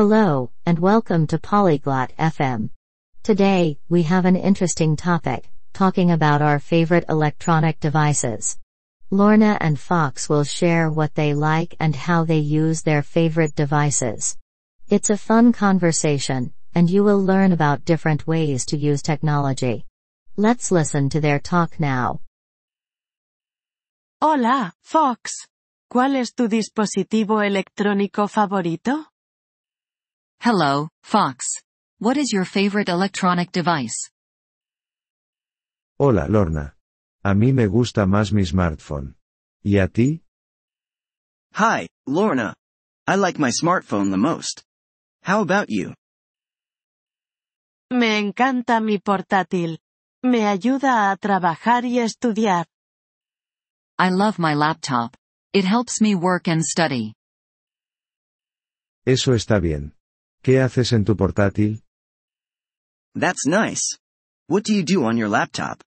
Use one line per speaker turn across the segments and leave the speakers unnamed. Hello, and welcome to Polyglot FM. Today, we have an interesting topic, talking about our favorite electronic devices. Lorna and Fox will share what they like and how they use their favorite devices. It's a fun conversation, and you will learn about different ways to use technology. Let's listen to their talk now.
Hola, Fox. ¿Cuál es tu dispositivo electrónico favorito?
Hello, Fox. What is your favorite electronic device?
Hola, Lorna. A mí me gusta más mi smartphone. ¿Y a ti?
Hi, Lorna. I like my smartphone the most. How about you?
Me encanta mi portátil. Me ayuda a trabajar y estudiar.
I love my laptop. It helps me work and study.
Eso está bien. ¿Qué haces en tu portátil?
That's nice. What do you do on your laptop?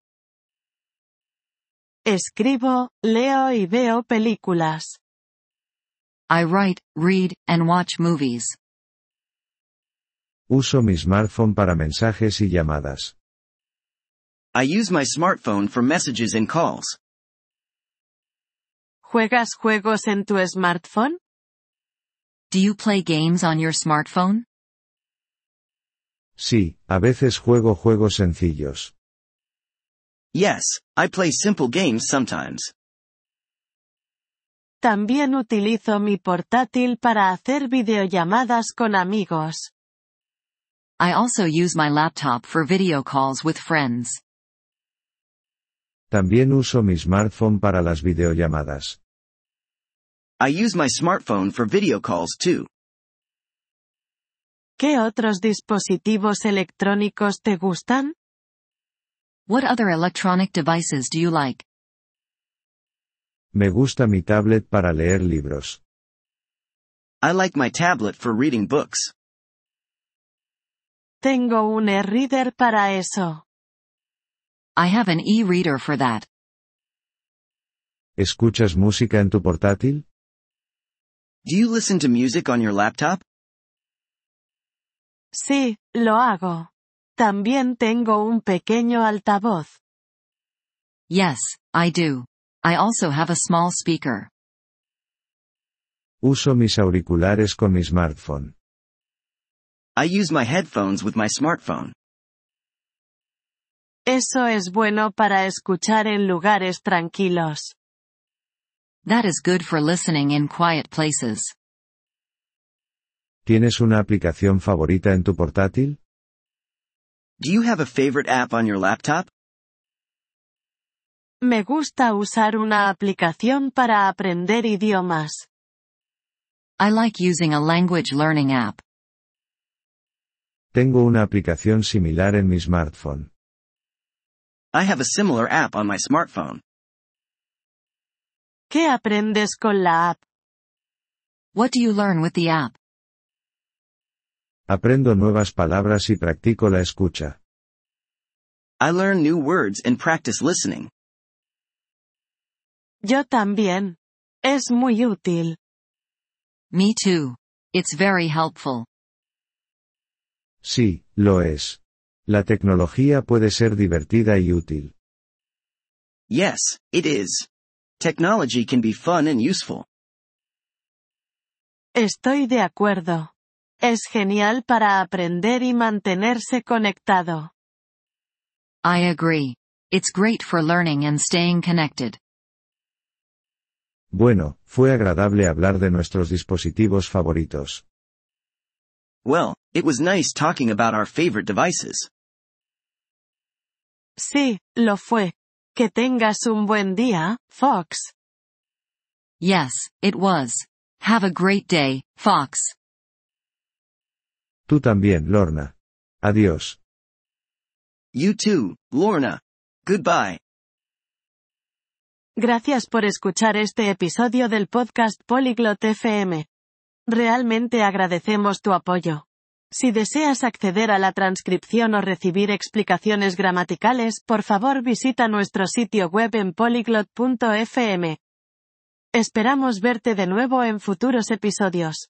Escribo, leo y veo películas.
I write, read, and watch movies.
Uso mi smartphone para mensajes y llamadas.
I use my smartphone for messages and calls.
¿Juegas juegos en tu smartphone?
Do you play games on your smartphone?
Sí, a veces juego juegos sencillos.
Yes, I play simple games sometimes.
También utilizo mi portátil para hacer videollamadas con amigos.
I also use my laptop for video calls with friends.
También uso mi smartphone para las videollamadas.
I use my smartphone for video calls too.
¿Qué otros dispositivos electrónicos te gustan?
What other electronic devices do you like?
Me gusta mi tablet para leer libros.
I like my tablet for reading books.
Tengo un e-reader para eso.
I have an e-reader for that.
¿Escuchas música en tu portátil?
Do you listen to music on your laptop?
Sí, lo hago. También tengo un pequeño altavoz.
Yes, I do. I also have a small speaker.
Uso mis auriculares con mi smartphone.
I use my headphones with my smartphone.
Eso es bueno para escuchar en lugares tranquilos.
That is good for listening in quiet places.
¿Tienes una aplicación favorita en tu portátil?
Do you have a favorite app on your laptop?
Me gusta usar una aplicación para aprender idiomas.
I like using a language learning app.
Tengo una aplicación similar en mi smartphone.
I have a similar app on my smartphone.
¿Qué aprendes con la app?
What do you learn with the app?
Aprendo nuevas palabras y practico la escucha.
I learn new words and practice listening.
Yo también. Es muy útil.
Me too. It's very helpful.
Sí, lo es. La tecnología puede ser divertida y útil.
Yes, it is. Technology can be fun and useful.
Estoy de acuerdo. Es genial para aprender y mantenerse conectado.
I agree. It's great for learning and staying connected.
Bueno, fue agradable hablar de nuestros dispositivos favoritos.
Well, it was nice talking about our favorite devices.
Sí, lo fue. Que tengas un buen día, Fox.
Yes, it was. Have a great day, Fox.
Tú también, Lorna. Adiós.
You too, Lorna. Goodbye.
Gracias por escuchar este episodio del podcast Polyglot FM. Realmente agradecemos tu apoyo. Si deseas acceder a la transcripción o recibir explicaciones gramaticales, por favor visita nuestro sitio web en polyglot.fm. Esperamos verte de nuevo en futuros episodios.